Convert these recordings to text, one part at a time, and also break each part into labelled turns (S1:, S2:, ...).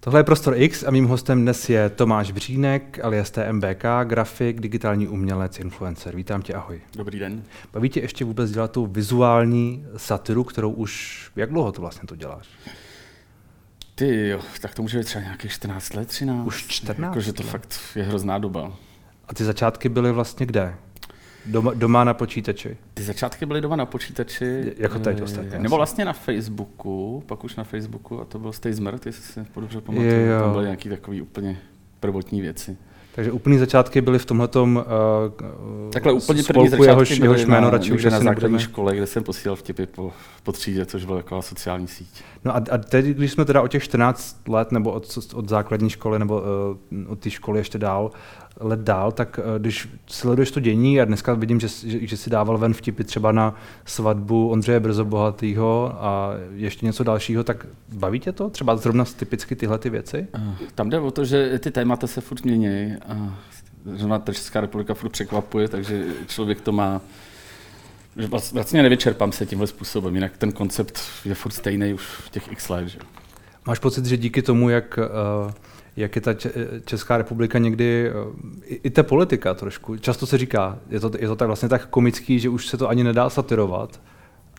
S1: Tohle je Prostor X a mým hostem dnes je Tomáš Břínek, alias TMBK, grafik, digitální umělec, influencer. Vítám tě, ahoj.
S2: Dobrý den.
S1: Baví tě ještě vůbec dělat tu vizuální satiru, kterou už, jak dlouho to vlastně to děláš?
S2: Ty jo, tak to může být třeba nějakých 14 let, 13.
S1: Už 14
S2: Jakože to
S1: let.
S2: fakt je hrozná doba.
S1: A ty začátky byly vlastně kde? Doma, doma na počítači.
S2: Ty začátky byly doma na počítači.
S1: Je- jako teď
S2: eh,
S1: ostatně,
S2: Nebo
S1: asi.
S2: vlastně na Facebooku, pak už na Facebooku a to byl Stay ty si dobře pamatuju.
S1: Je, jo.
S2: Tam byly nějaký takový úplně prvotní věci.
S1: Takže úplný začátky byly v tomhletom uh,
S2: Takhle úplně první
S1: spolku,
S2: začátky
S1: jehož,
S2: byly
S1: jehož jméno radši už
S2: někde na
S1: asi
S2: základní
S1: nebudeme.
S2: škole, kde jsem posílal vtipy po, po třídě, což byla taková sociální síť.
S1: No a, a teď, když jsme teda o těch 14 let, nebo od, od základní školy, nebo uh, od té školy ještě dál, let dál, tak uh, když sleduješ to dění, a dneska vidím, že, že, že si dával ven vtipy třeba na svatbu Ondřeje Brzobohatýho a ještě něco dalšího, tak baví tě to? Třeba zrovna typicky tyhle ty věci?
S2: Eh, Tam jde o to, že ty témata se furt mění a zrovna ta Česká republika furt překvapuje, takže člověk to má že vlast- vlastně nevyčerpám se tímhle způsobem, jinak ten koncept je furt stejný už v těch x let. Že? jo.
S1: Máš pocit, že díky tomu, jak, eh, jak je ta Če- Česká republika někdy, eh, i, i ta politika trošku, často se říká, je to, je to tak vlastně tak komický, že už se to ani nedá satirovat,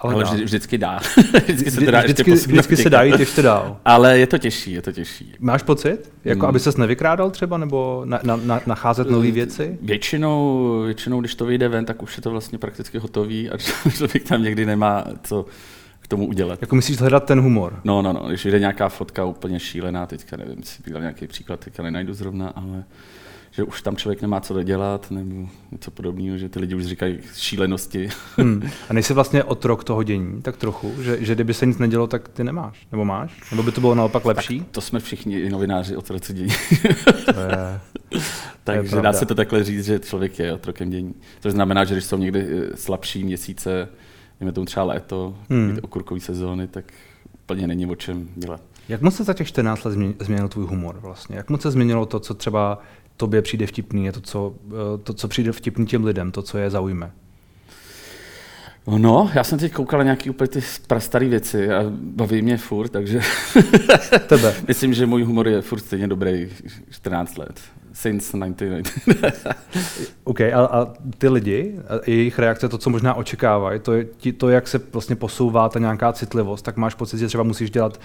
S1: ale,
S2: Ale
S1: dá.
S2: vždy, vždycky dá. vždycky se
S1: Vždy-
S2: to dá
S1: vždycky,
S2: ještě posunout
S1: vždycky se dá jít ještě dál.
S2: Ale je to těžší, je to těžší.
S1: Máš pocit, jako
S2: Hmm.
S1: aby ses nevykrádal třeba, nebo na, na, na,
S2: Eh,
S1: nacházet nové věci?
S2: Většinou, většinou, když to vyjde ven, tak už je to vlastně prakticky hotový a člověk tam někdy nemá co k tomu udělat.
S1: Jako myslíš hledat ten humor?
S2: No, no, no, když jde nějaká fotka úplně šílená, teďka nevím, si bych dal nějaký příklad, teďka nenajdu zrovna, ale že už tam člověk nemá co dodělat nebo něco podobného, že ty lidi už říkají šílenosti.
S1: Hmm. A nejsi vlastně otrok toho dění, tak trochu, že, že kdyby se nic nedělo, tak ty nemáš, nebo máš? Nebo by to bylo naopak lepší?
S2: To jsme všichni novináři otroci dění,
S1: To je...
S2: takže
S1: pravda.
S2: dá se to takhle říct, že člověk je otrokem dění. Což znamená, že když jsou někdy eh, slabší měsíce, dejme tomu třeba léto,
S1: Hmm.
S2: hmm. ty okurkový sezóny, tak úplně není o čem dělat.
S1: Jak moc se za těch 14 let změnil, změnil tvůj humor vlastně? Jak moc se změnilo to, co třeba tobě přijde vtipný, je to, co, eh, to, co přijde vtipný těm lidem, to, co je zaujme?
S2: No, já jsem teď koukal na nějaký úplně ty prastaré věci a baví mě furt, takže
S1: Tebe.
S2: Myslím, že můj humor je furt stejně dobrý 14 let. Since 1990.
S1: OK, a, a ty lidi, a jejich reakce, to, co možná očekávají, to, je ti- to, jak se vlastně posouvá ta nějaká citlivost, tak máš pocit, že třeba musíš dělat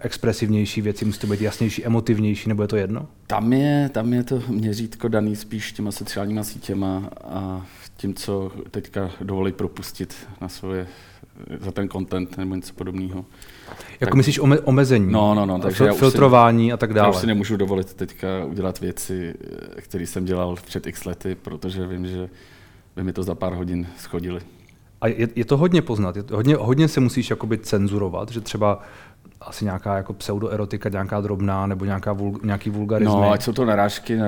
S1: expresivnější věci, musí to být jasnější, emotivnější, nebo je to jedno?
S2: Tam je, tam je to měřítko daný spíš těma sociálníma sítěma a tím, co teďka dovolí propustit na svoje, za ten content nebo něco podobného.
S1: Jako
S2: Tak-
S1: myslíš ome, omezení,
S2: No, no, no,
S1: a
S2: takže
S1: fil-
S2: já už si-
S1: filtrování a tak
S2: Já
S1: dále.
S2: už si nemůžu dovolit teďka udělat věci, eh, které jsem dělal před x lety, protože vím, že by mi to za pár hodin schodili.
S1: A je, je to hodně poznat, je to, hodně, hodně se musíš jakoby cenzurovat, že třeba asi nějaká jako pseudoerotika, nějaká drobná, nebo nějaká vul, nějaký vulgarismy.
S2: No, ať jsou to narážky na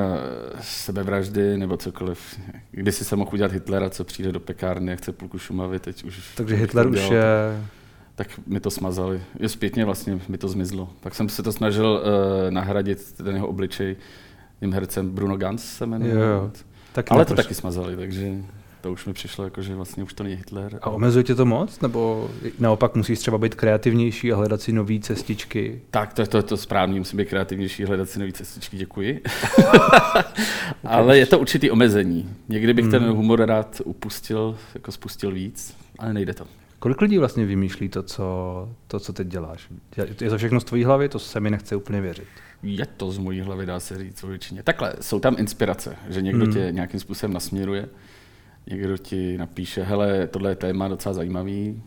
S2: sebevraždy nebo cokoliv. Když si jsem mohl udělat Hitlera, co přijde do pekárny a chce půlku Šumavy, teď už...
S1: Takže
S2: bych
S1: Hitler
S2: to
S1: už
S2: udělal,
S1: je...
S2: Tak, tak mi to smazali. Je zpětně vlastně mi to zmizlo. Tak jsem se to snažil uh, nahradit, ten jeho obličej, tím hercem Bruno Gans se jmenuje.
S1: Jo, jo. Tak
S2: Ale to
S1: neprošlo.
S2: taky smazali, takže to už mi přišlo, jako, že vlastně už to není Hitler.
S1: A omezuje tě to moc? Nebo naopak musíš třeba být kreativnější a hledat si nové cestičky?
S2: Tak, to, to je to správný, musím být kreativnější, hledat si nové cestičky, děkuji. ale je to určitý omezení. Někdy bych ten humor rád upustil, jako spustil víc, ale nejde to.
S1: Kolik lidí vlastně vymýšlí to, co, to, co teď děláš? Je- Je to všechno z tvojí hlavy? To se mi nechce úplně věřit.
S2: Je to z mojí hlavy, dá se říct, o většině. Takhle, jsou tam inspirace, že někdo
S1: Mm.
S2: tě nějakým způsobem nasměruje, někdo ti napíše, hele, tohle je téma docela zajímavý,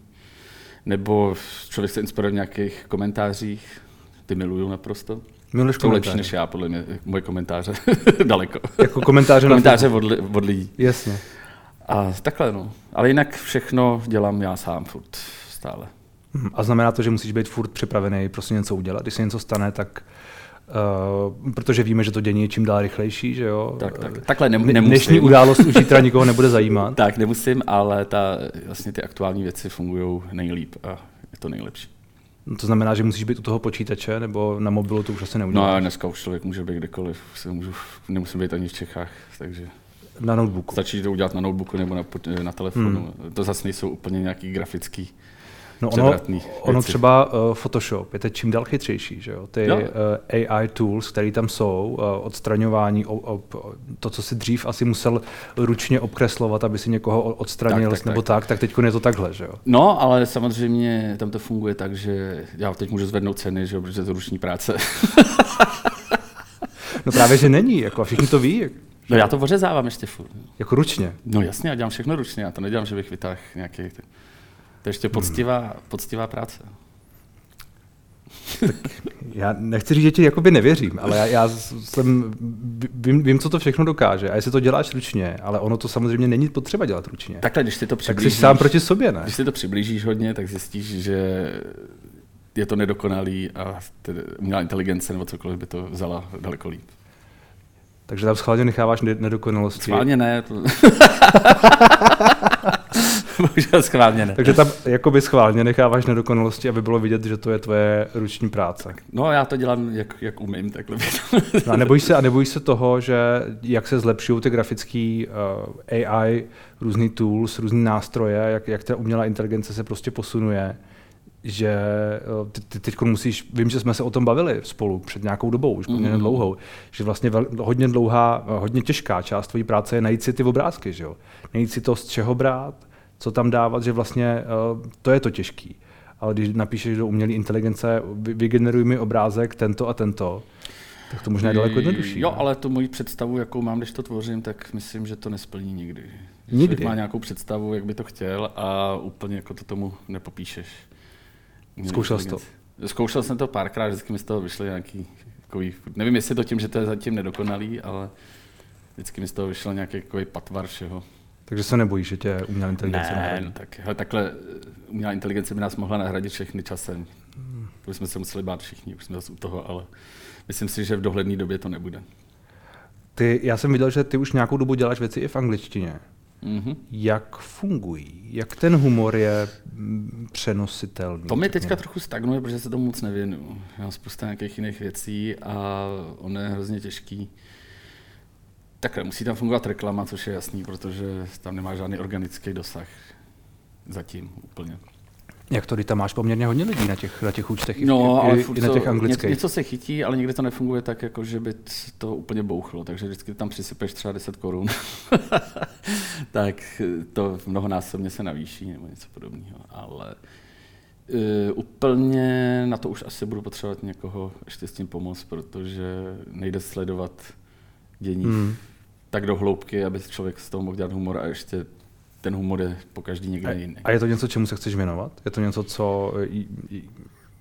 S2: nebo člověk se inspiruje v nějakých komentářích, ty miluju naprosto.
S1: Miluješ
S2: Jsou lepší
S1: komentáře.
S2: než já, podle mě, moje komentáře, daleko.
S1: Jako komentáře,
S2: Komentáře od, li- od lidí.
S1: Na... Jasně.
S2: A takhle no. Ale jinak všechno dělám já sám furt stále.
S1: Mhm. A znamená to, že musíš být furt připravený prostě něco udělat. Když se něco stane, tak Uh, protože víme, že to dění je čím dál rychlejší, že jo?
S2: Tak, tak.
S1: Eh,
S2: Takhle nem,
S1: dne- Dnešní
S2: nemusím.
S1: událost už zítra nikoho nebude zajímat.
S2: Tak nemusím, ale ta, vlastně ty aktuální věci fungují nejlíp a je to nejlepší.
S1: No, To znamená, že musíš být u toho počítače, nebo na mobilu to už asi
S2: No
S1: neuděláš.
S2: a dneska už člověk může být kdekoliv, už se můžu, nemusím být ani v Čechách, takže
S1: Na notebooku.
S2: stačí to udělat na notebooku nebo na, po- na telefonu. Hmm. To zase nejsou úplně nějaký grafický
S1: No ono,
S2: převratných
S1: ono
S2: věcí.
S1: třeba uh, Photoshop je teď čím dál chytřejší, že jo? Ty
S2: Jo.
S1: jo. Uh, AI tools, které tam jsou, uh, odstraňování, ob, ob, to, co si dřív asi musel ručně obkreslovat, aby si někoho o- odstranil,
S2: Tak, tak,
S1: nebo tak, tak, teď je to takhle, že jo?
S2: No, ale samozřejmě tam to funguje tak, že já teď můžu zvednout ceny, že jo, protože je to ruční práce.
S1: No právě, že není, jako a všichni to ví, jak-
S2: No já to ořezávám ještě furt.
S1: jako ručně.
S2: No jasně, já dělám všechno ručně, já to nedělám, že bych vytáhl nějaký... To je
S1: Hmm.
S2: ještě poctivá, poctivá práce.
S1: Já nechci říct, že ti jakoby nevěřím, ale já, já jsem, vím, vím, co to všechno dokáže a jestli to děláš ručně, ale ono to samozřejmě není potřeba dělat ručně. Tak,
S2: Takhle, když si to
S1: tak
S2: přiblížíš,
S1: jsi sám proti sobě, ne?
S2: když si to přiblížíš hodně, tak zjistíš, že je to nedokonalý a tedy umělá inteligence nebo cokoliv by to vzala daleko líp.
S1: Takže tam schválně necháváš ne- nedokonalosti.
S2: Schválně ne. To... Bohužel schválně ne.
S1: Takže tam jakoby schválně necháváš nedokonalosti, aby bylo vidět, že to je tvoje ruční práce.
S2: No já to dělám, jak, jak umím, takhle bych
S1: No a nebojíš se, a nebojíš se toho, že jak se zlepšují ty grafické uh, AI, různý tools, různý nástroje, jak, jak ta umělá inteligence se prostě posunuje, že uh, ty, ty teď musíš, vím, že jsme se o tom bavili spolu před nějakou dobou, už poměrně
S2: Mhm.
S1: dlouhou, že vlastně vel, hodně dlouhá, eh, hodně těžká část tvojí práce je najít si ty obrázky, že jo? Najít si to, z čeho brát, co tam dávat, že vlastně eh, to je to těžký. Ale když napíšeš do umělé inteligence, vy- vygeneruj mi obrázek tento a tento, tak to možná je daleko jednodušší.
S2: Jo,
S1: ne?
S2: ale tu moji představu, jakou mám, když to tvořím, tak myslím, že to nesplní nikdy. Že
S1: Nikdy?
S2: člověk má nějakou představu, jak by to chtěl a úplně jako to tomu nepopíšeš. Umělá
S1: Zkoušel jsi to?
S2: inteligence. Zkoušel jsem to párkrát, vždycky mi z toho vyšly nějaký takový, nevím jestli to tím, že to je zatím nedokonalý, ale vždycky mi z toho vyšel nějaký takový patvar všeho.
S1: Takže se nebojíš, že tě umělá inteligence
S2: Ne,
S1: nahradí?
S2: no tak, hele, takhle eh, umělá inteligence by nás mohla nahradit všechny časem. To bychom se museli bát všichni, už jsme zase u toho, ale myslím si, že v dohledné době to nebude.
S1: Ty, já jsem viděl, že ty už nějakou dobu děláš věci i v angličtině.
S2: Mhm.
S1: Jak fungují? Jak ten humor je mm, přenositelný?
S2: To mi teďka
S1: Řekněme.
S2: trochu stagnuje, protože se tomu moc nevěnuju. Já mám spousta nějakých jiných věcí a ono je hrozně těžký. Takhle, musí tam fungovat reklama, což je jasný, protože tam nemá žádný organický dosah. Zatím úplně.
S1: Jak to, kdy tam máš poměrně hodně lidí na těch, na těch účtech, i-
S2: No,
S1: i,
S2: ale
S1: i,
S2: furt
S1: i na
S2: to-
S1: těch
S2: Něco,
S1: anglických.
S2: něco se chytí, ale někdy to nefunguje tak, jako že by t- to úplně bouchlo, takže vždycky tam přisypeš třeba 10 korun, tak eh, to mnohonásobně se navýší nebo něco podobného, ale uh, úplně na to už asi budu potřebovat někoho ještě s tím pomoct, protože nejde sledovat dění
S1: Hmm.
S2: tak do hloubky, aby člověk z toho mohl dělat humor a ještě ten humor je po každý někde jiný.
S1: A, a je to něco, čemu se chceš věnovat? Je to něco, co... i- i-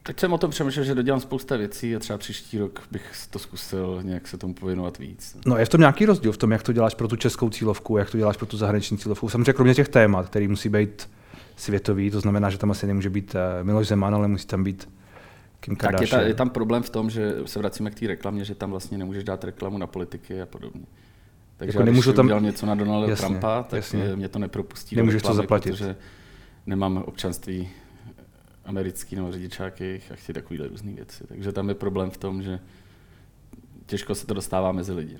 S2: Teď jsem o tom přemýšlel, že dodělám spousta věcí a třeba příští rok bych to zkusil nějak se tomu pověnovat víc.
S1: No je v tom nějaký rozdíl v tom, jak to děláš pro tu českou cílovku, jak to děláš pro tu zahraniční cílovku. Samozřejmě kromě těch témat, který musí být světový, to znamená, že tam asi nemůže být eh, Miloš Zeman, ale musí tam být Kim
S2: Tak je, ta,
S1: Kardashian.
S2: je tam problém v tom, že se vracíme k té reklamě, že tam vlastně nemůžeš dát reklamu na politiky a podobně. Takže
S1: Jako
S2: jako
S1: nemůžu tam-
S2: když tam udělal něco na Donalda
S1: Jasně,
S2: jasně, Trumpa, tak
S1: jasně.
S2: jasně. mě to nepropustí. do
S1: Nemůžeš to
S2: reklamy,
S1: zaplatit.
S2: Protože nemám občanství americký nebo řidičáky a chci takovýhle různé věci. Takže tam je problém v tom, že těžko se to dostává mezi lidi.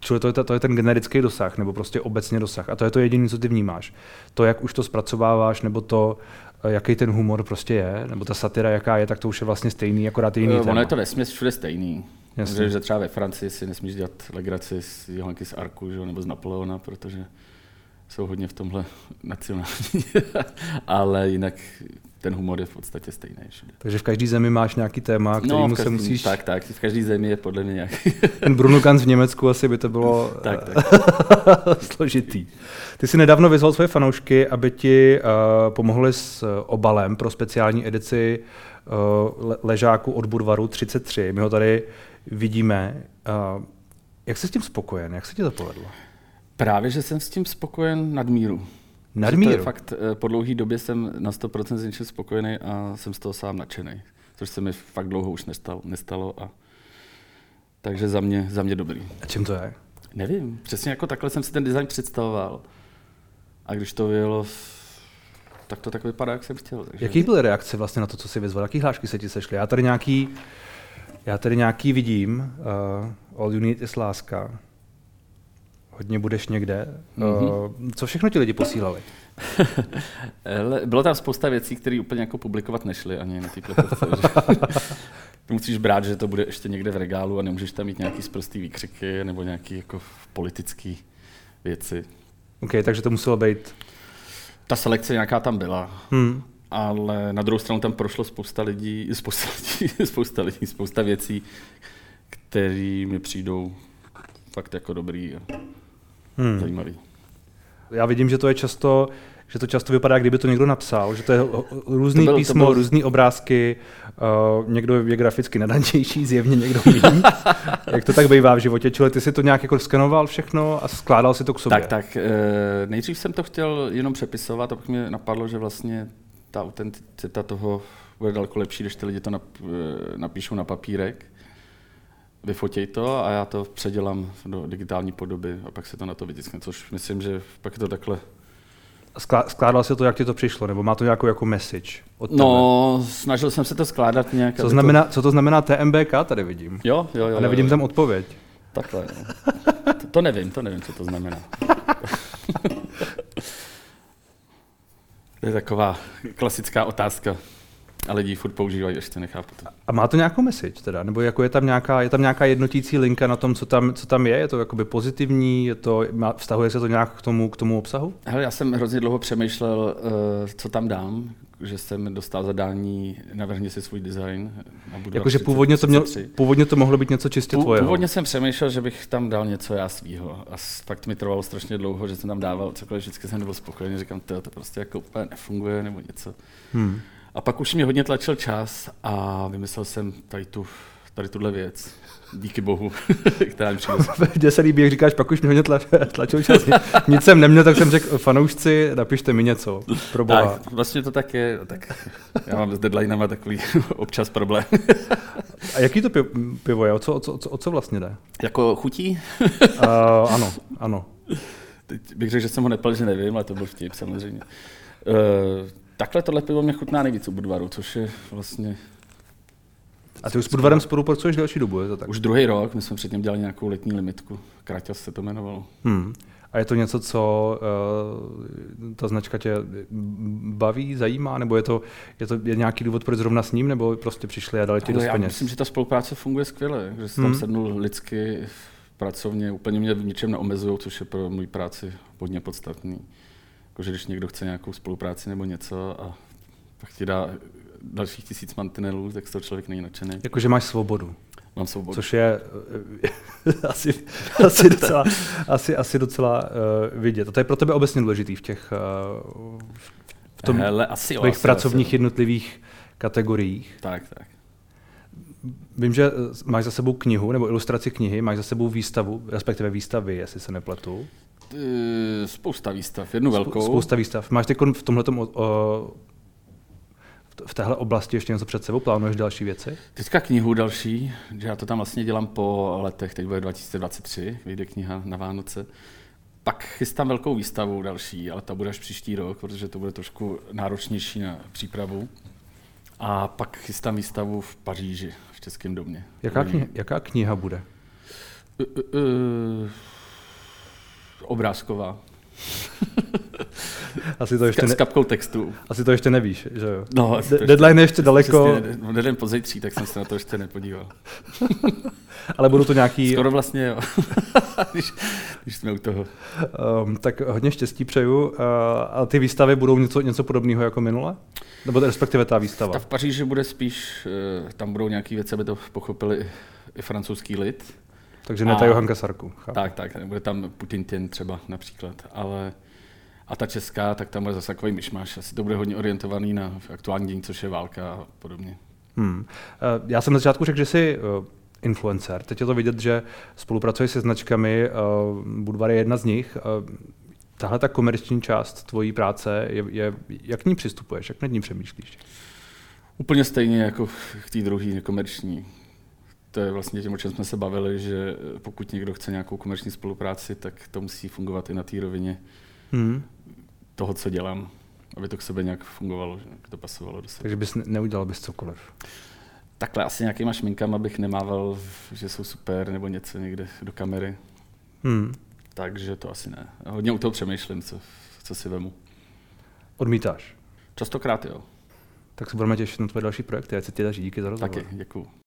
S1: Čili to je, ta, to je ten generický dosah, nebo prostě obecně dosah. A to je to jediné, co ty vnímáš. To, jak už to zpracováváš, nebo to, eh, jaký ten humor prostě je, nebo ta satira, jaká je, tak to už je vlastně stejný, akorát je jiný.
S2: Eh, Ono
S1: téma.
S2: je to vesměs všude stejný.
S1: Jasně.
S2: Že, že třeba ve Francii si nesmíš dělat legraci z Johanky z Arku že, jo, nebo z Napoleona, protože jsou hodně v tomhle nacionální. Ale jinak ten humor je v podstatě stejný všude.
S1: Takže v každé zemi máš nějaký téma, kterému
S2: No,
S1: se
S2: v každý-
S1: musíš...
S2: Tak, tak, v každé zemi je podle mě nějak.
S1: Ten Brunokanz v Německu asi by to bylo eh,
S2: tak, tak.
S1: složitý. Ty jsi nedávno vyzval svoje fanoušky, aby ti uh, pomohli s eh, obalem pro speciální edici uh, le- ležáku od Budvaru 33. My ho tady vidíme. Uh, jak jsi s tím spokojen? Jak se ti to povedlo?
S2: Právě, že jsem s tím spokojen nadmíru. Že To je
S1: Nadmíru.
S2: fakt, eh, po dlouhé době jsem na 100% s něčím spokojený a jsem z toho sám nadšený. Což se mi fakt dlouho už nestalo. nestalo a... Takže za mě, za mě dobrý.
S1: A čím to je?
S2: Nevím, přesně jako takhle jsem si ten design představoval. A když to vyjelo, tak to tak vypadá, jak jsem chtěl. Takže...
S1: Jaký byly reakce vlastně na to, co jsi vyzval? Jaký hlášky se ti sešly? Já tady nějaký, já tady nějaký vidím. Uh, All you need is láska. Hodně budeš někde. Mm-hmm.
S2: Mhm.
S1: Uh, co všechno ti lidi posílali?
S2: Hele, Bylo tam spousta věcí, které úplně jako publikovat nešly ani na té plechovce. že? Ty musíš brát, že to bude ještě někde v regálu a nemůžeš tam mít nějaký sprostý výkřiky nebo nějaký jako politický věci.
S1: OK, takže to muselo být.
S2: Ta selekce nějaká tam byla,
S1: Hmm.
S2: ale na druhou stranu tam prošlo spousta lidí, spousta lidí, spousta, lidí, spousta věcí, které mi přijdou fakt jako dobrý a
S1: Hmm.
S2: zajímavý.
S1: Já vidím, že to je často, že to často vypadá, kdyby to někdo napsal, že to je ho- ho- různý
S2: To byl- to
S1: písmo,
S2: byl-
S1: různý obrázky, uh, někdo je graficky nadančejší, zjevně někdo méně. Jak to tak bývá v životě, čili ty si to nějak jako skenoval všechno a skládal si to k sobě.
S2: Tak, tak. eh, Nejdřív jsem to chtěl jenom přepisovat a pak mě napadlo, že vlastně ta autenticita toho bude daleko lepší, když ty lidi to nap, eh, napíšou na papírek, vyfotěj to a já to předělám do digitální podoby a pak se to na to vytiskne, což myslím, že pak je to takhle
S1: Sklá, skládal si to, jak ti to přišlo, nebo má to nějakou jako message od tebe?
S2: No, snažil jsem se to skládat nějak.
S1: Co,
S2: aby
S1: znamená, co to znamená TMBK, tady vidím.
S2: To... Jo, jo, jo.
S1: A nevidím
S2: jo,
S1: tam odpověď.
S2: Takhle, jo. To, to nevím, to nevím, co to znamená. to je taková klasická otázka. A lidi ji furt používají, ještě nechápu to.
S1: A má to nějakou message teda? Nebo jako je tam nějaká, je tam nějaká jednotící linka na tom, co tam, co tam je? Je to jakoby pozitivní? Je to, má, vztahuje se to nějak k tomu, k tomu obsahu?
S2: Hele, já jsem hrozně dlouho přemýšlel, eh, co tam dám, že jsem dostal zadání, navrhni si svůj design. a budu
S1: Jakože
S2: dát
S1: původně to, měl,
S2: 33.
S1: původně to mohlo být něco čistě
S2: Pů-
S1: tvojeho.
S2: Původně jsem přemýšlel, že bych tam dal něco já svýho. A s- fakt mi trvalo strašně dlouho, že jsem tam dával cokoliv, vždycky jsem nebyl spokojený, říkám, "Tyjo, to prostě jako úplně nefunguje nebo něco.
S1: Hmm.
S2: A pak už mě hodně tlačil čas a vymyslel jsem tady, tu, tady tuhle věc. Díky bohu, která mi přijde.
S1: Mně se líbí, jak říkáš, pak už mě hodně tla- tlačil čas. Nic jsem neměl, tak jsem řekl, fanoušci, napište mi něco. Pro boha.
S2: Tak, vlastně to tak je. Tak já mám s deadlinama takový občas problém.
S1: A jaký to pivo, pivo je? O co, o co, o co- o co vlastně jde?
S2: Jako chutí?
S1: Uh, ano, ano.
S2: Teď bych řekl, že jsem ho nepil, že nevím, ale to byl vtip samozřejmě. Eh, Takhle tohle pivo mě chutná nejvíc u Budvaru, což je vlastně
S1: A ty už s Budvarem spolupracuješ delší dobu, je to tak?
S2: Už druhý rok, my jsme předtím dělali nějakou letní limitku. Kraťas se to jmenovalo.
S1: Hmm. A je to něco, co uh, ta značka tě baví, zajímá, nebo je to, je to je nějaký důvod, proč zrovna s ním, nebo prostě přišli a dali ti
S2: Ale
S1: dost
S2: já
S1: peněz?
S2: myslím, že ta spolupráce funguje skvěle, že se tam
S1: Hmm.
S2: sednul lidsky, pracovně, úplně mě v ničem neomezují, což je pro můj práci hodně podstatný. Jakože když někdo chce nějakou spolupráci nebo něco a pak ti dá dalších tisíc mantinelů, tak z toho člověk není nadšený.
S1: Jakože máš svobodu,
S2: Mám svobodu.
S1: což je eh, asi, asi docela, asi, asi docela uh, vidět. A to je pro tebe obecně důležitý v těch uh, v tom,
S2: Hele, asi jo,
S1: tvých
S2: asi,
S1: pracovních
S2: asi, jo.
S1: jednotlivých kategoriích.
S2: Tak, tak.
S1: Vím, že eh, máš za sebou knihu nebo ilustraci knihy, máš za sebou výstavu, respektive výstavy, jestli se nepletu.
S2: Eh, Spousta výstav, jednu velkou.
S1: Spou- Spousta výstav. Máš teď v tomhle v téhle oblasti ještě něco před sebou? Plánuješ další věci?
S2: Teďka knihu další, že já to tam vlastně dělám po letech, teď bude 2023, vyjde kniha na Vánoce. Pak chystám velkou výstavu další, ale ta bude až příští rok, protože to bude trošku náročnější na přípravu. A pak chystám výstavu v Paříži, v Českém domě.
S1: Jaká,
S2: Uvidím.
S1: kniha, jaká kniha bude?
S2: Eh, eh, eh, Obrázková.
S1: Asi to
S2: S ka-
S1: ještě,
S2: S
S1: ne,
S2: kapkou textu.
S1: asi to ještě nevíš, že jo?
S2: No,
S1: De- deadline je ještě daleko,
S2: Přesně, jeden pozejtří, tak jsem se na to ještě nepodíval.
S1: ale budou to nějaký...
S2: Skoro vlastně jo, když, když jsme u toho.
S1: Um, tak hodně štěstí přeju. Uh, a ty výstavy budou něco, něco podobného jako minule? Nebo respektive ta výstava?
S2: Ta v Paříži bude spíš, eh, tam budou nějaké věci, aby to pochopili i- i francouzský lid.
S1: Takže ne ta
S2: a-
S1: Johanka Sarku. chápu.
S2: Tak, tak, bude tam Putin Tien třeba například, ale a ta česká, tak tam bude zase takový myšmaš. Asi to bude hodně orientovaný na aktuální dění, což je válka a podobně.
S1: Hmm. Eh, Já jsem na začátku řekl, že jsi eh, influencer. Teď je to vidět, že spolupracuješ se značkami, eh, Budvar je jedna z nich. Eh, Tahle ta komerční část tvojí práce, je, je, jak k ní přistupuješ, jak nad ní přemýšlíš?
S2: Úplně stejně jako k té druhé nekomerční. To je vlastně tím, o čem jsme se bavili, že eh, pokud někdo chce nějakou komerční spolupráci, tak to musí fungovat i na té rovině
S1: Hmm.
S2: toho, co dělám, aby to k sobě nějak fungovalo, že to pasovalo do sebe.
S1: Takže bys ne- neudělal bys cokoliv.
S2: Takhle asi nějakýma šminkama bych nemával, že jsou super nebo něco někde do kamery.
S1: Hmm.
S2: Takže to asi ne. Hodně u toho přemýšlím, co, co si vemu.
S1: Odmítáš.
S2: Častokrát jo.
S1: Tak se budeme těšit na tvoje další projekty, ať se ti daří. Díky za rozhovor.
S2: Taky, děkuju.